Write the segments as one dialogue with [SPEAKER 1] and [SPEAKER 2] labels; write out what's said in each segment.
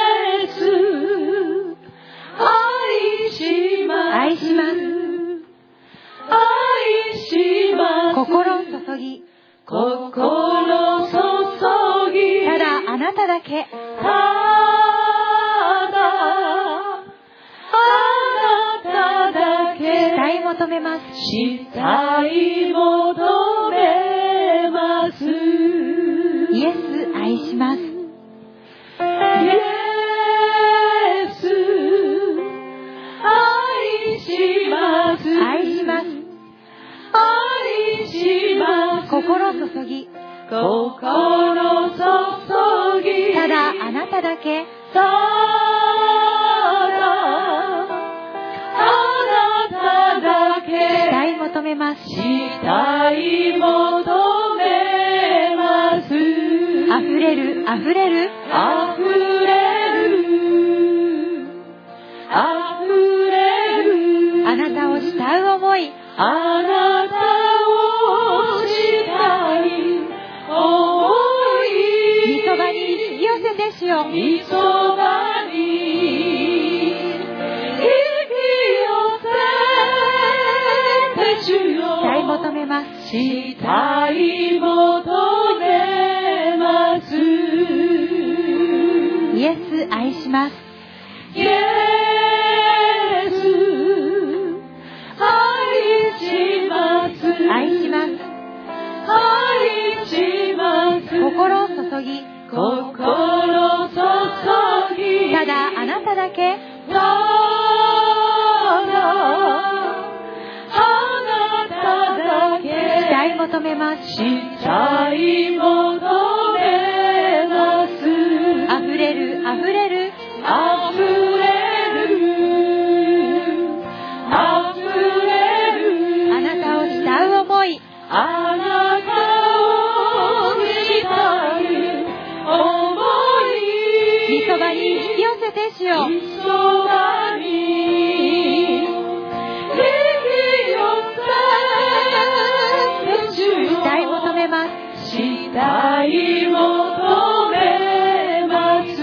[SPEAKER 1] 예수 아이시마스
[SPEAKER 2] 아이시마스.
[SPEAKER 1] 아이시마스
[SPEAKER 2] 心を注ぎ
[SPEAKER 1] 코코로 소속이
[SPEAKER 2] ただあなただけ
[SPEAKER 1] 타다 아나타다케
[SPEAKER 2] 主体求めます
[SPEAKER 1] したい求めます。
[SPEAKER 2] イ
[SPEAKER 1] イ
[SPEAKER 2] エス愛します
[SPEAKER 1] エス愛します。
[SPEAKER 2] 愛します
[SPEAKER 1] 愛します。
[SPEAKER 2] 心を注ぎ
[SPEAKER 1] 心注ぎ。
[SPEAKER 2] ただあなただけ
[SPEAKER 1] ただあなただけ。
[SPEAKER 2] 主体求めます
[SPEAKER 1] したい求めます
[SPEAKER 2] あふれるあふれる
[SPEAKER 1] あふれるあふれる
[SPEAKER 2] あなたを慕う思い
[SPEAKER 1] あなたをしたい思い
[SPEAKER 2] 御そばに引き寄せてしよう
[SPEAKER 1] みそばに引き寄せて主よ
[SPEAKER 2] 主体求めます
[SPEAKER 1] したい求めます
[SPEAKER 2] イエス愛します
[SPEAKER 1] イエス愛します
[SPEAKER 2] 愛します
[SPEAKER 1] 愛します
[SPEAKER 2] 心を注ぎ
[SPEAKER 1] 心注ぎ
[SPEAKER 2] ただあなただけ
[SPEAKER 1] ただあなただけ
[SPEAKER 2] 主体求めます
[SPEAKER 1] したい求めます
[SPEAKER 2] あふれるあふれる
[SPEAKER 1] あふれるあふれる
[SPEAKER 2] あなたを慕う思い
[SPEAKER 1] あなたをしたい思い
[SPEAKER 2] 御そばに引き寄せてしよう
[SPEAKER 1] いそばに引き寄せて主よ
[SPEAKER 2] 主体求めます
[SPEAKER 1] したい求めます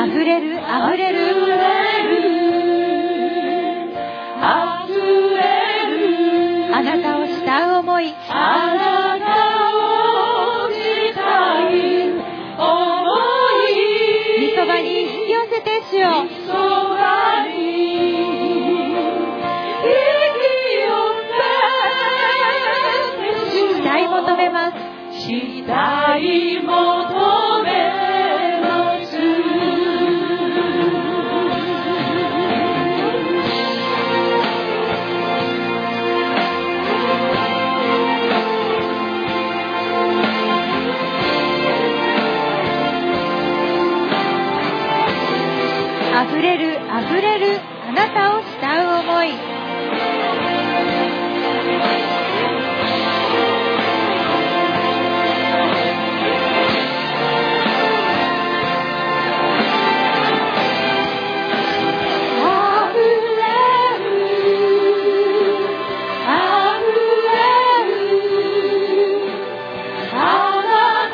[SPEAKER 2] あふれるあふれる
[SPEAKER 1] 溢れる溢れる
[SPEAKER 2] あなたを慕う思い
[SPEAKER 1] あなたをしたい思い
[SPEAKER 2] 御そばに引き寄せてしよう
[SPEAKER 1] そばに息を
[SPEAKER 2] 主体求めます
[SPEAKER 1] したい求めます
[SPEAKER 2] あふれるあふれるあなたを慕う思い
[SPEAKER 1] あふれるあふれるあなたを慕う想い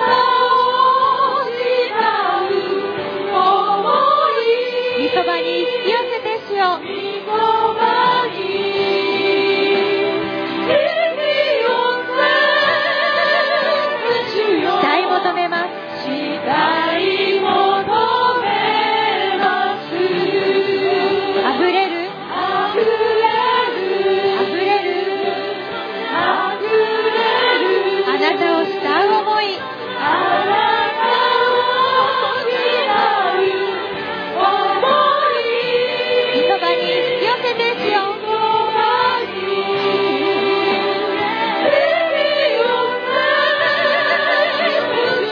[SPEAKER 2] 御そばに引き寄せてしよう
[SPEAKER 1] みそばに引き寄せて主
[SPEAKER 2] 主
[SPEAKER 1] よ
[SPEAKER 2] 体求めます
[SPEAKER 1] したい求めます
[SPEAKER 2] あふれる
[SPEAKER 1] あふれる
[SPEAKER 2] あふれる
[SPEAKER 1] あふれる
[SPEAKER 2] あなたを慕う思い
[SPEAKER 1] あなたを慕う想い
[SPEAKER 2] 御そばに引き寄せてしよう
[SPEAKER 1] そばに引き寄せ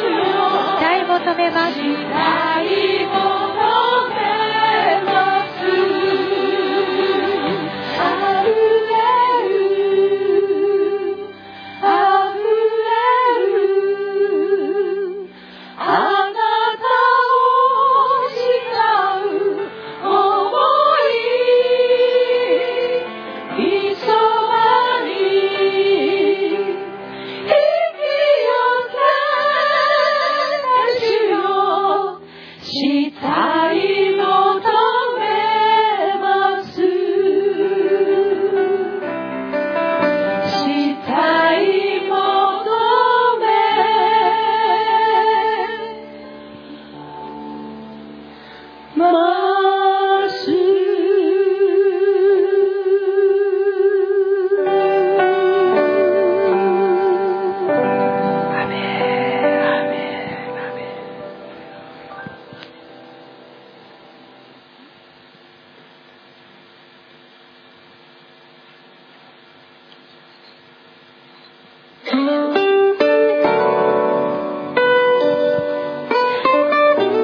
[SPEAKER 2] 主体求めます
[SPEAKER 1] たい求めますあふれるあふれるあなたを慕う想いいそばに引き寄せて主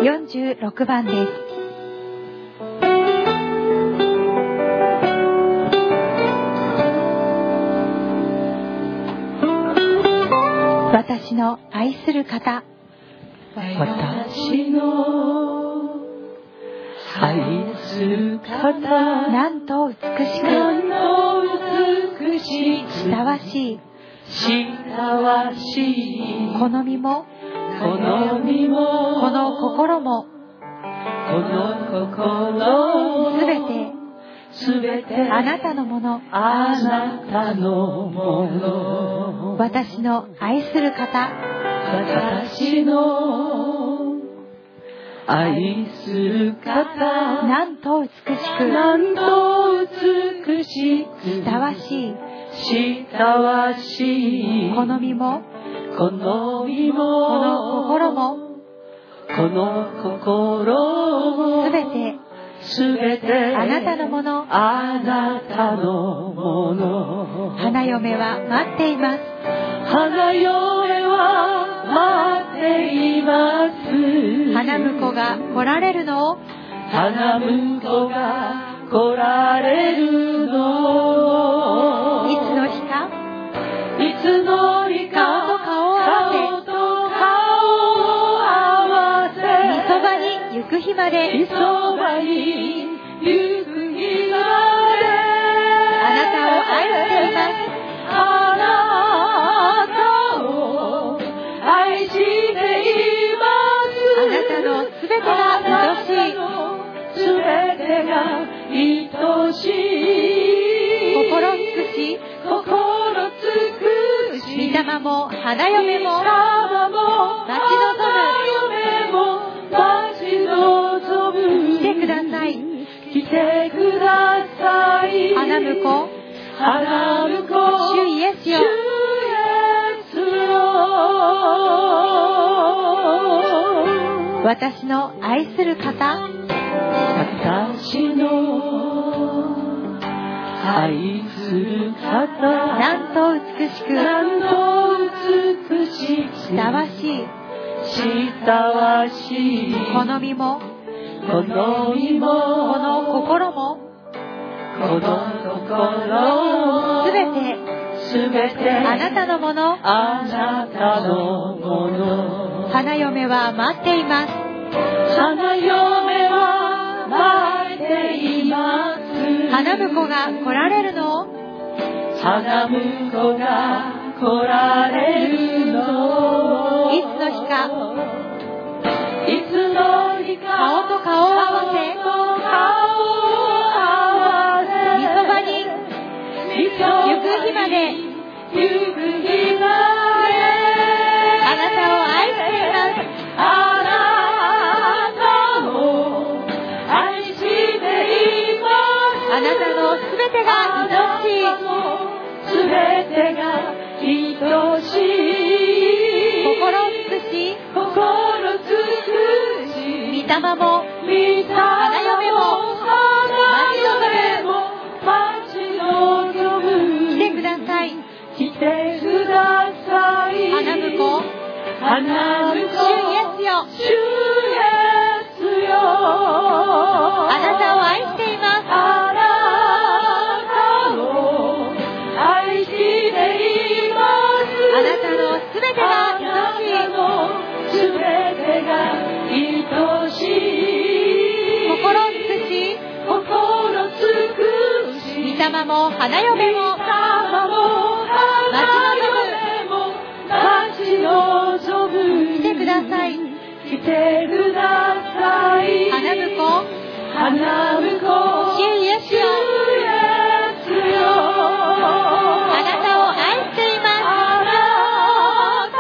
[SPEAKER 2] 156番です。私の愛する方、
[SPEAKER 1] 私の愛する方な
[SPEAKER 2] なんと美しく、
[SPEAKER 1] んの美しい
[SPEAKER 2] ふさわしい、
[SPEAKER 1] したわしい
[SPEAKER 2] この身も、
[SPEAKER 1] この身も
[SPEAKER 2] この心も、
[SPEAKER 1] この心も
[SPEAKER 2] すべて、
[SPEAKER 1] すべて
[SPEAKER 2] あなたのもの、
[SPEAKER 1] あなたのもの
[SPEAKER 2] 私の愛する方、
[SPEAKER 1] 私の愛する方
[SPEAKER 2] なんと美しく、
[SPEAKER 1] なんと美しく
[SPEAKER 2] ふさわしい、
[SPEAKER 1] したわしい
[SPEAKER 2] この身も、
[SPEAKER 1] この身も
[SPEAKER 2] この心も
[SPEAKER 1] この心も
[SPEAKER 2] すべて、
[SPEAKER 1] すべて
[SPEAKER 2] あなたのもの
[SPEAKER 1] あなたのもの
[SPEAKER 2] 花嫁は待っています。
[SPEAKER 1] 花嫁は待っています
[SPEAKER 2] 花婿が来られるのを
[SPEAKER 1] 花婿が来られる
[SPEAKER 2] いつ
[SPEAKER 1] の
[SPEAKER 2] の日か
[SPEAKER 1] いつの日か
[SPEAKER 2] 顔と顔を合わせ
[SPEAKER 1] 顔と顔を合わせ
[SPEAKER 2] みそばに行く日まで
[SPEAKER 1] みそばに行く日がで
[SPEAKER 2] あなたを愛しています
[SPEAKER 1] あなたを愛しています
[SPEAKER 2] あなたのすべてが愛しい
[SPEAKER 1] すべてが愛しい
[SPEAKER 2] 心尽くし
[SPEAKER 1] 心尽くし
[SPEAKER 2] 御霊も花嫁
[SPEAKER 1] 御
[SPEAKER 2] も
[SPEAKER 1] 霊も
[SPEAKER 2] 待ち望む
[SPEAKER 1] 花嫁も待ち望む
[SPEAKER 2] 来てください
[SPEAKER 1] 来てください
[SPEAKER 2] 花婿
[SPEAKER 1] 花婿
[SPEAKER 2] 主イエスよ
[SPEAKER 1] 主イエスよ
[SPEAKER 2] 私の愛する方
[SPEAKER 1] 私の愛する方
[SPEAKER 2] なんと美しく
[SPEAKER 1] 何度美しい
[SPEAKER 2] ふさわしい
[SPEAKER 1] したわしい
[SPEAKER 2] この身も
[SPEAKER 1] この身も
[SPEAKER 2] この心も
[SPEAKER 1] この心
[SPEAKER 2] すべて
[SPEAKER 1] すべて
[SPEAKER 2] あなたのもの
[SPEAKER 1] あなたのもの
[SPEAKER 2] 花嫁は待っています
[SPEAKER 1] 花嫁は待っています
[SPEAKER 2] 花婿が来られるのを
[SPEAKER 1] 花婿が来られるの
[SPEAKER 2] いつの日か
[SPEAKER 1] いつの日か
[SPEAKER 2] 顔と顔を合わせ
[SPEAKER 1] 顔と顔を合わせ
[SPEAKER 2] みそばに
[SPEAKER 1] 行く
[SPEAKER 2] 行く日まで
[SPEAKER 1] 行く日まで
[SPEAKER 2] あなたを愛しています
[SPEAKER 1] あなたを愛しています
[SPEAKER 2] あなたのすべてが愛しい
[SPEAKER 1] すべてが愛しい
[SPEAKER 2] 心美しい
[SPEAKER 1] 心尽く
[SPEAKER 2] 御
[SPEAKER 1] し
[SPEAKER 2] 霊も
[SPEAKER 1] 見た花嫁も花嫁も待ち望む
[SPEAKER 2] 来てください
[SPEAKER 1] 来てください
[SPEAKER 2] 花婿
[SPEAKER 1] 花
[SPEAKER 2] 主イ
[SPEAKER 1] 婿
[SPEAKER 2] エスよ
[SPEAKER 1] 主イエスよあ
[SPEAKER 2] あなたを愛しています
[SPEAKER 1] あなたを愛しています
[SPEAKER 2] あなたのすべてが
[SPEAKER 1] あな
[SPEAKER 2] 愛しい
[SPEAKER 1] たのすべてが愛しい
[SPEAKER 2] 心美しい
[SPEAKER 1] 心尽くし
[SPEAKER 2] 御霊も花嫁も
[SPEAKER 1] 花も花嫁も待ち望む
[SPEAKER 2] 来てください
[SPEAKER 1] 来てください
[SPEAKER 2] 花婿
[SPEAKER 1] 花婿
[SPEAKER 2] 主イエスよ
[SPEAKER 1] 主イエスよ
[SPEAKER 2] あなたを愛していま
[SPEAKER 1] あなた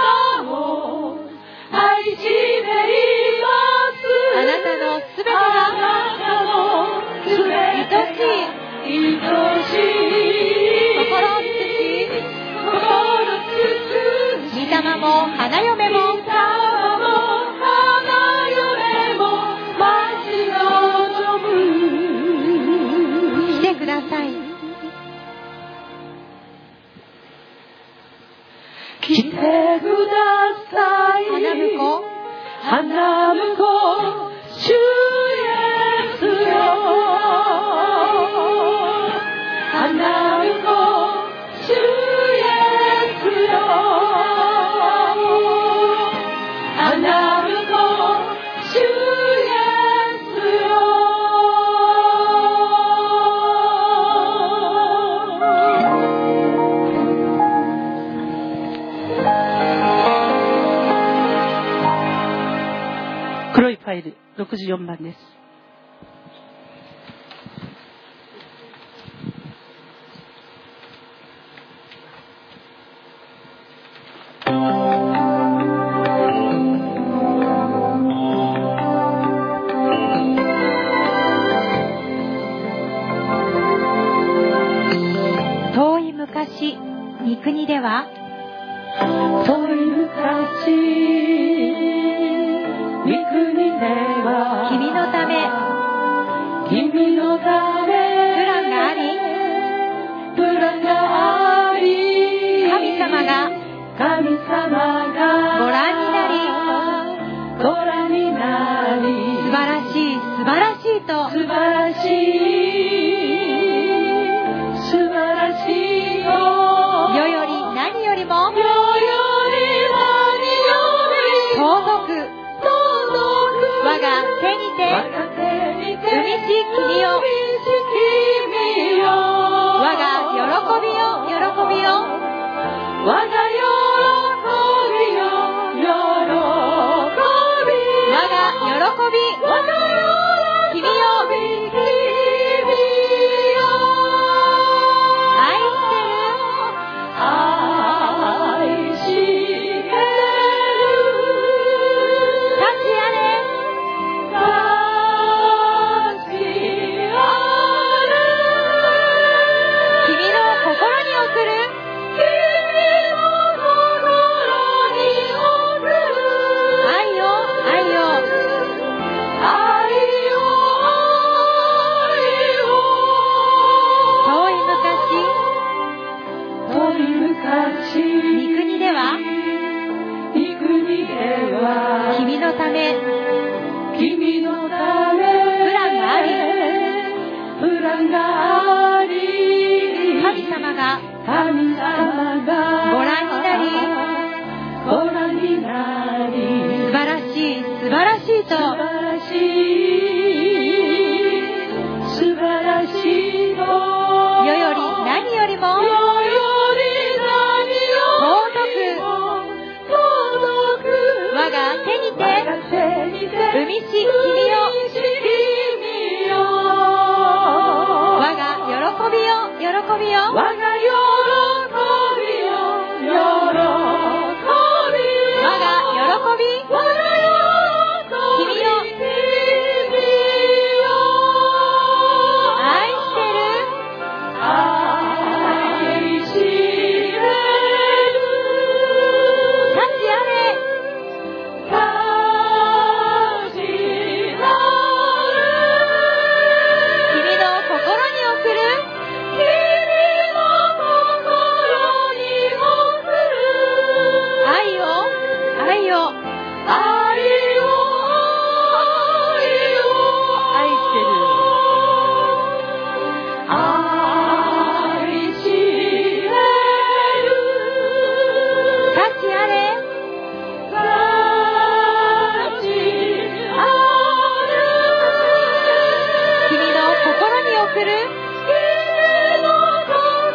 [SPEAKER 1] を愛しています
[SPEAKER 2] すあなたのすべて
[SPEAKER 1] あ
[SPEAKER 2] が
[SPEAKER 1] なたのすべて
[SPEAKER 2] 愛しい
[SPEAKER 1] が愛しい
[SPEAKER 2] 心美しい
[SPEAKER 1] 心尽く
[SPEAKER 2] 御
[SPEAKER 1] し
[SPEAKER 2] 霊も花嫁
[SPEAKER 1] も
[SPEAKER 2] も
[SPEAKER 1] 花嫁も待ち望む
[SPEAKER 2] 来てください
[SPEAKER 1] 来てください
[SPEAKER 2] 花婿
[SPEAKER 1] 花婿主イエスよ花婿主イエスよ花婿主イエスよ
[SPEAKER 3] 黒いファイル64番です
[SPEAKER 2] 遠い昔、三国では、
[SPEAKER 1] 遠い昔三国では
[SPEAKER 2] 君のため、
[SPEAKER 1] 君のため
[SPEAKER 2] プランがあり
[SPEAKER 1] プランがあり
[SPEAKER 2] 神様が
[SPEAKER 1] 神様が
[SPEAKER 2] ご覧
[SPEAKER 1] になりご覧になり
[SPEAKER 2] 素晴らしい、素晴らしいと、
[SPEAKER 1] 素晴らしい素晴らしいよ
[SPEAKER 2] 世より何よりも、
[SPEAKER 1] 世より何よりも
[SPEAKER 2] 遠く、我が手にて、海し君を、我が喜びよ、喜びよ、我が喜び、愛してる、立ちやれ、君の心に送る、愛よ、愛よ、遠い昔、三国では、君のため、
[SPEAKER 1] 君のため
[SPEAKER 2] プランがあ
[SPEAKER 1] プランがあり
[SPEAKER 2] 神様が
[SPEAKER 1] 神様が
[SPEAKER 2] ご覧になり
[SPEAKER 1] ご覧になり
[SPEAKER 2] 素晴らしい、素晴らしい
[SPEAKER 1] 素晴らしい素晴
[SPEAKER 2] と、
[SPEAKER 1] らしいの
[SPEAKER 2] 世より何よりも、
[SPEAKER 1] 世より何よりも尊く
[SPEAKER 2] 我が手にて
[SPEAKER 1] 我が手にて
[SPEAKER 2] 海し君を
[SPEAKER 1] 海し君よ
[SPEAKER 2] 我が喜びよ、喜びよ、
[SPEAKER 1] 我が喜びよ喜び
[SPEAKER 2] 我が喜び、
[SPEAKER 1] 君よ
[SPEAKER 2] 愛してる、
[SPEAKER 1] 愛してる
[SPEAKER 2] 立ちやれ、君の心に送る、愛を、愛を、
[SPEAKER 3] 愛してる
[SPEAKER 1] 愛しえる
[SPEAKER 2] 立ちやれ、
[SPEAKER 1] 幸ある
[SPEAKER 2] 君の心に送る、
[SPEAKER 1] 君の心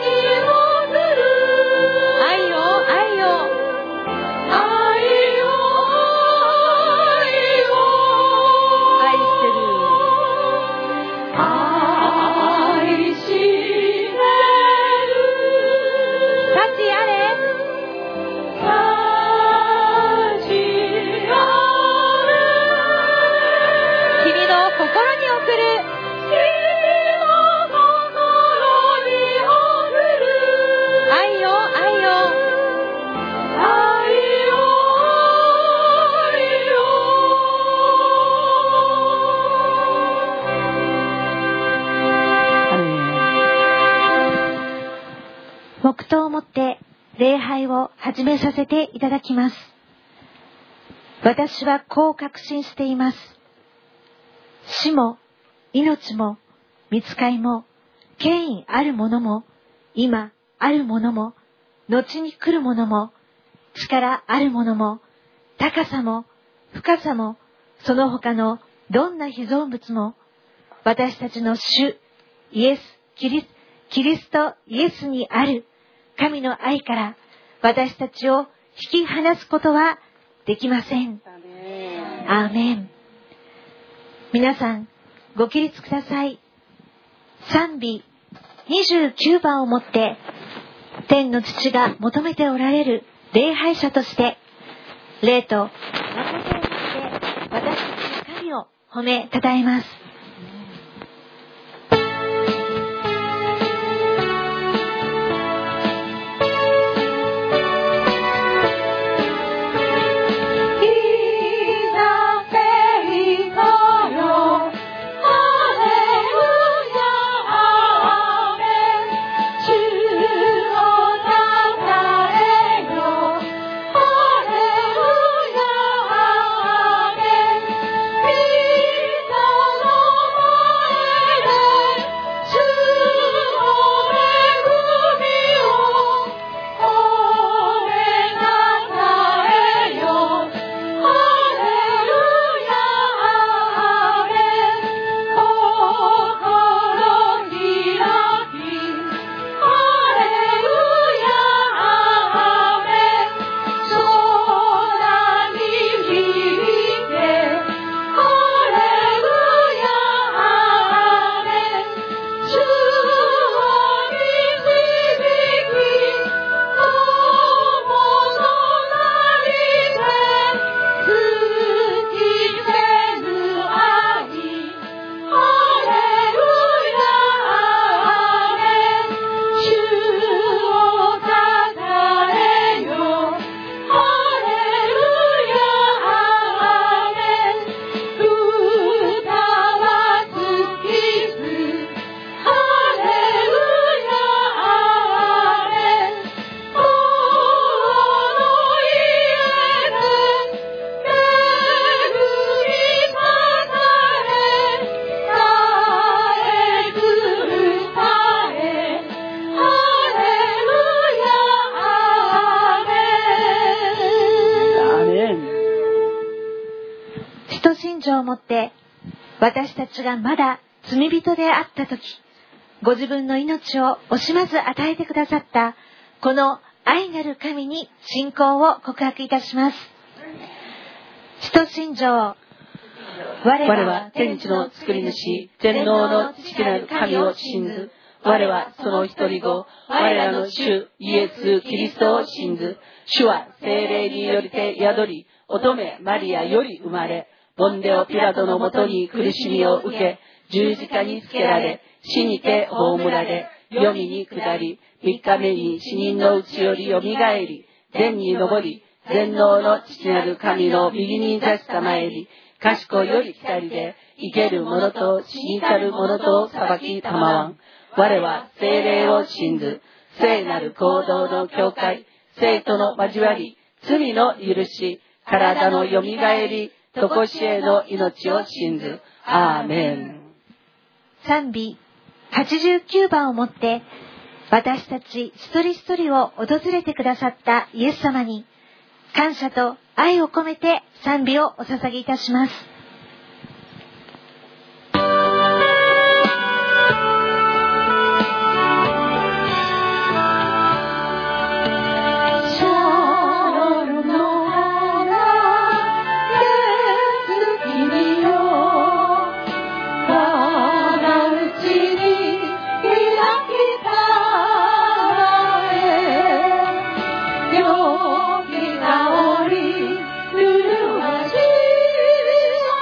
[SPEAKER 1] に送る愛
[SPEAKER 2] 愛を、愛を、
[SPEAKER 1] 愛を愛を愛してる愛してる
[SPEAKER 2] 立ちやれ、
[SPEAKER 1] 幸ある
[SPEAKER 2] 君の心に送る、
[SPEAKER 1] 君の心に送る愛を愛を愛を愛してる愛
[SPEAKER 2] 愛よ、愛よ、
[SPEAKER 1] してる愛
[SPEAKER 2] 黙祷をもって礼拝を始めさせていただきます。私はこう確信しています。死も、命も、見つかいも、権威あるものも、今あるものも、後に来るものも、力あるものも、高さも、深さも、その他のどんな被造物も、私たちの主、イエス、キリスキリスト、イエスにある神の愛から私たちを引き離すことはできません。アーメン。皆さん、ご起立ください。賛美29番をもって、天の父が求めておられる礼拝者として、霊と誠を持って私たちの神を褒めたたえます。
[SPEAKER 1] oh, アーメン。
[SPEAKER 2] 使徒信条をもって私たちがまだ罪人であった時ご自分の命を惜しまず与えてくださったこの愛なる神に信仰を告白いたします使徒信条
[SPEAKER 1] 我は天地の作り主、天皇の父なる神を信ず。我はその一人子、我らの主、イエス・キリストを信ず。主は精霊によりて宿り、乙女マリアより生まれ、ボンデオ・ピラトのもとに苦しみを受け、十字架につけられ、死にて葬られ、黄泉に下り、三日目に死人のうちより蘇り、天に昇り、全能の父なる神の右に座したまえり、賢いより来りで、生ける者と死にたる者と裁きたまわん。我は精霊を信ず、聖なる行動の境界、生徒の交わり、罪の許し、体の蘇り、とこしえの命を信ず。アーメン。
[SPEAKER 2] 賛美89番をもって私たち一人一人を訪れてくださったイエス様に感謝と愛を込めて賛美をお捧げいたします。
[SPEAKER 4] 「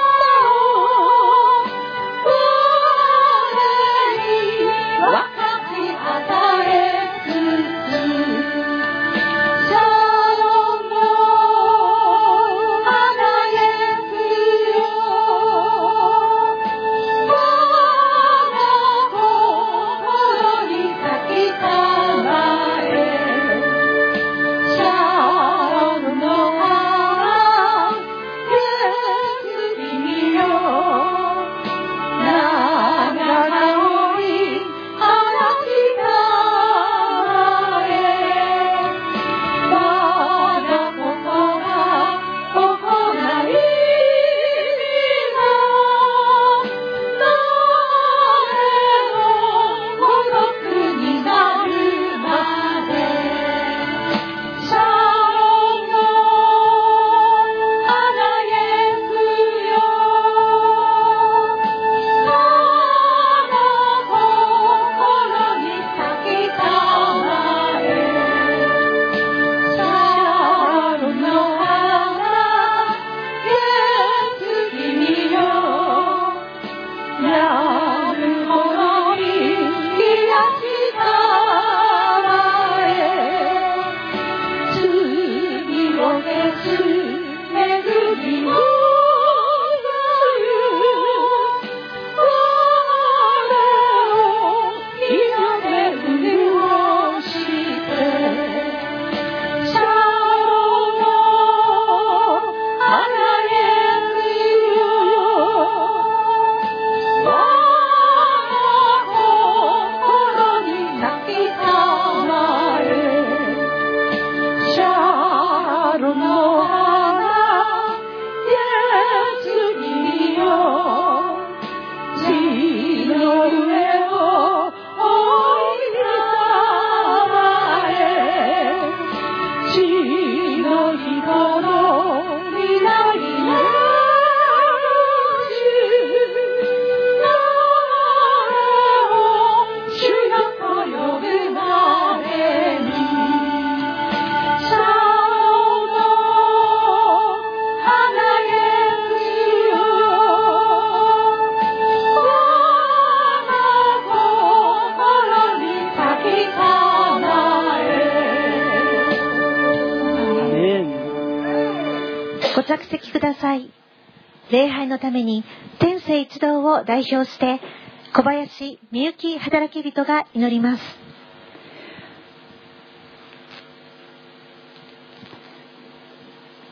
[SPEAKER 2] ご着席ください。礼拝のために天聖一同を代表して小林みゆき働き人が祈ります。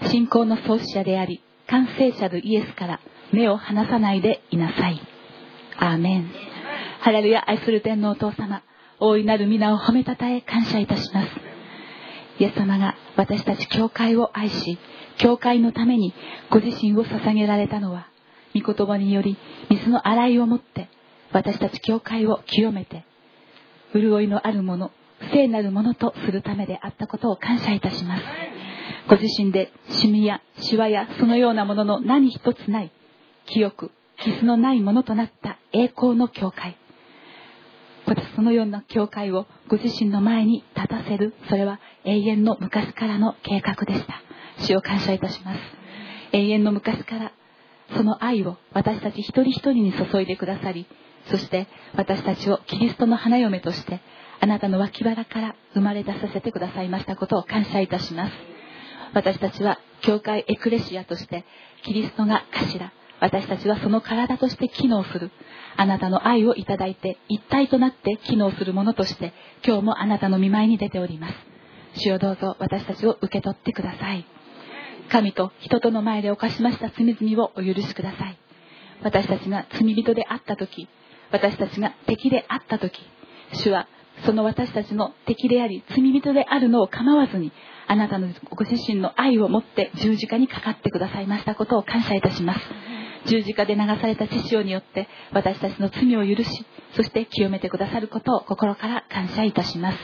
[SPEAKER 5] 信仰の創始者であり完成者のイエスから目を離さないでいなさいアーメンハレルヤ愛する天皇お父様大いなる皆を褒めたたえ感謝いたしますイエス様が私たち教会を愛し教会のためにご自身を捧げられたのは御言葉により水の洗いをもって私たち教会を清めて潤いのあるもの聖なるものとするためであったことを感謝いたしますご自身でシミやシワやそのようなものの何一つない清く傷のないものとなった栄光の教会またそのような教会をご自身の前に立たせるそれは永遠の昔からの計画でした主を感謝いたします永遠の昔からその愛を私たち一人一人に注いでくださりそして私たちをキリストの花嫁としてあなたの脇腹から生まれ出させてくださいましたことを感謝いたします私たちは教会エクレシアとしてキリストが頭私たちはその体として機能するあなたの愛をいただいて一体となって機能するものとして今日もあなたの見舞いに出ております主よどうぞ私たちを受け取ってください神と人との前で犯しました罪々をお許しください私たちが罪人であった時私たちが敵であった時主はその私たちの敵であり罪人であるのを構わずにあなたのご自身の愛を持って十字架にかかってくださいましたことを感謝いたします十字架で流された血潮によって私たちの罪を許しそして清めてくださることを心から感謝いたします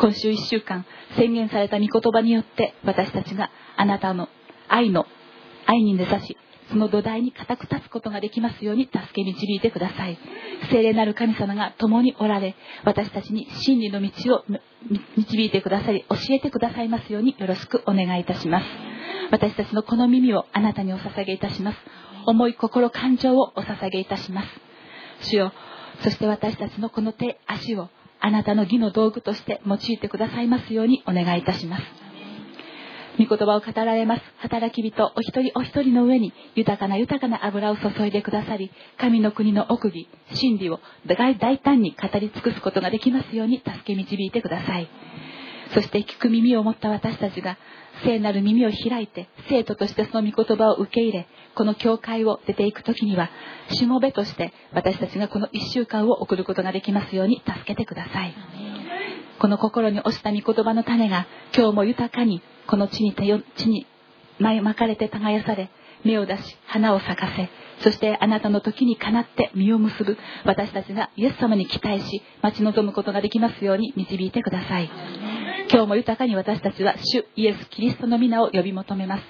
[SPEAKER 5] 今週1週間宣言された御言葉によって私たちがあなたの愛の愛に根ざしその土台に固く立つことができますように助け導いてください聖霊なる神様が共におられ私たちに真理の道をみ導いてくださり教えてくださいますようによろしくお願いいたします私たちのこの耳をあなたにお捧げいたします思い心感情をお捧げいたします主よそして私たちのこの手足をあなたの義の道具として用いてくださいますようにお願いいたします御言葉を語られます働き人お一人お一人の上に豊かな豊かな油を注いでくださり神の国の奥義真理を大胆に語り尽くすことができますように助け導いてくださいそして聞く耳を持った私たちが聖なる耳を開いて生徒としてその御言葉を受け入れこの教会を出ていく時にはしもべとして私たちがこの1週間を送ることができますように助けてくださいこの心に落ちた御言葉の種が今日も豊かにこの地に地にまかれて耕され芽を出し花を咲かせそしてあなたの時にかなって実を結ぶ私たちがイエス様に期待し待ち望むことができますように導いてください今日も豊かに私たちは主イエス・キリストの皆を呼び求めます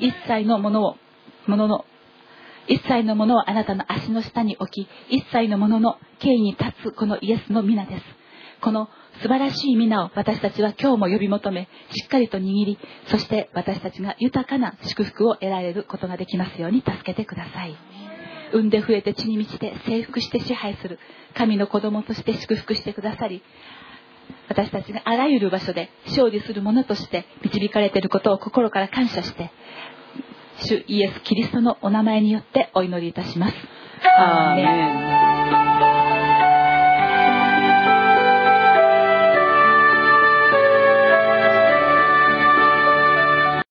[SPEAKER 5] 一切のものをものの一切のものをあなたの足の下に置き一切のものの権威に立つこのイエスの皆ですこの素晴らしい皆を私たちは今日も呼び求めしっかりと握りそして私たちが豊かな祝福を得られることができますように助けてください産んで増えて地に満ちて征服して支配する神の子供として祝福してくださり私たちがあらゆる場所で勝利するものとして導かれていることを心から感謝して主イエス・キリストのお名前によってお祈りいたします。
[SPEAKER 3] アーメン